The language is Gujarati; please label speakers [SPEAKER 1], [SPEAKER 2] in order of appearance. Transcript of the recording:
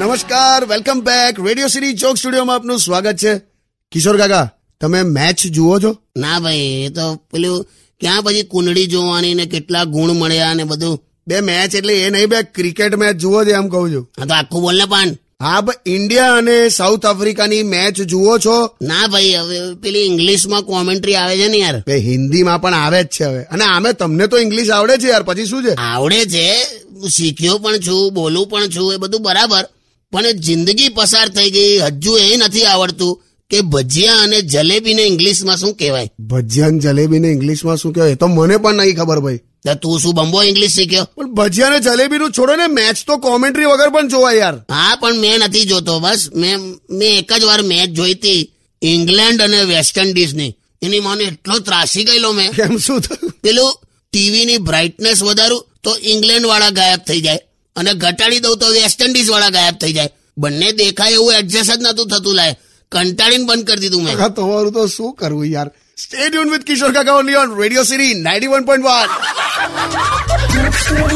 [SPEAKER 1] નમસ્કાર વેલકમ બેક રેડિયો સિટી ચોક સ્ટુડિયોમાં આપનું સ્વાગત છે કિશોર કાકા તમે મેચ જુઓ છો
[SPEAKER 2] ના ભાઈ એ તો પેલું ક્યાં પછી કુંડળી જોવાની ને કેટલા ગુણ મળ્યા ને બધું
[SPEAKER 1] બે મેચ એટલે એ નહીં બે ક્રિકેટ મેચ જુઓ છો એમ કહું છું
[SPEAKER 2] આ તો આખું બોલ ને પણ
[SPEAKER 1] હા ભાઈ ઇન્ડિયા અને સાઉથ આફ્રિકાની મેચ જુઓ છો
[SPEAKER 2] ના ભાઈ હવે પેલી ઇંગ્લિશમાં કોમેન્ટ્રી આવે છે ને યાર
[SPEAKER 1] બે હિન્દીમાં પણ આવે જ છે હવે અને આમે તમને તો ઇંગ્લિશ આવડે છે યાર પછી શું છે
[SPEAKER 2] આવડે છે હું શીખ્યો પણ છું બોલું પણ છું એ બધું બરાબર પણ જિંદગી પસાર થઈ ગઈ હજુ એ નથી આવડતું કે ભજીયા અને જલેબીને ઇંગ્લિશમાં શું કહેવાય
[SPEAKER 1] ભજીયાન જલેબીને ઇંગ્લિશમાં શું કહેવાય એ તો મને પણ નહીં ખબર ભાઈ
[SPEAKER 2] તો તું શું બંબો ઇંગ્લિશ શીખ્યો
[SPEAKER 1] પણ ભજીયાને જલેબીનું છોડો ને મેચ તો કોમેન્ટ્રી વગર પણ જોવાય યાર
[SPEAKER 2] હા પણ મેં નથી જોતો બસ મેં મેં એક જ વાર મેચ જોઈ હતી ઇંગ્લેન્ડ અને વેસ્ટ ઇન્ડિઝની એની મને એટલો ત્રાસી ગયેલો મેં
[SPEAKER 1] કેમ શું થયું
[SPEAKER 2] પેલું ટીવીની બ્રાઇટનેસ વધારું તો ઇંગ્લેન્ડ વાળા ગાયબ થઈ જાય અને ઘટાડી દઉં તો વેસ્ટ ઇન્ડિઝ વાળા ગાયબ થઈ જાય બંને દેખાય એવું એડજસ્ટ જ નતું થતું લાય કંટાળીને બંધ કરી દીધું મેં
[SPEAKER 1] કાકા તમારું તો શું કરવું યાર સ્ટે ટ્યુન વિથ કિશોર કાકા ઓનલી ઓન રેડિયો સિટી 91.1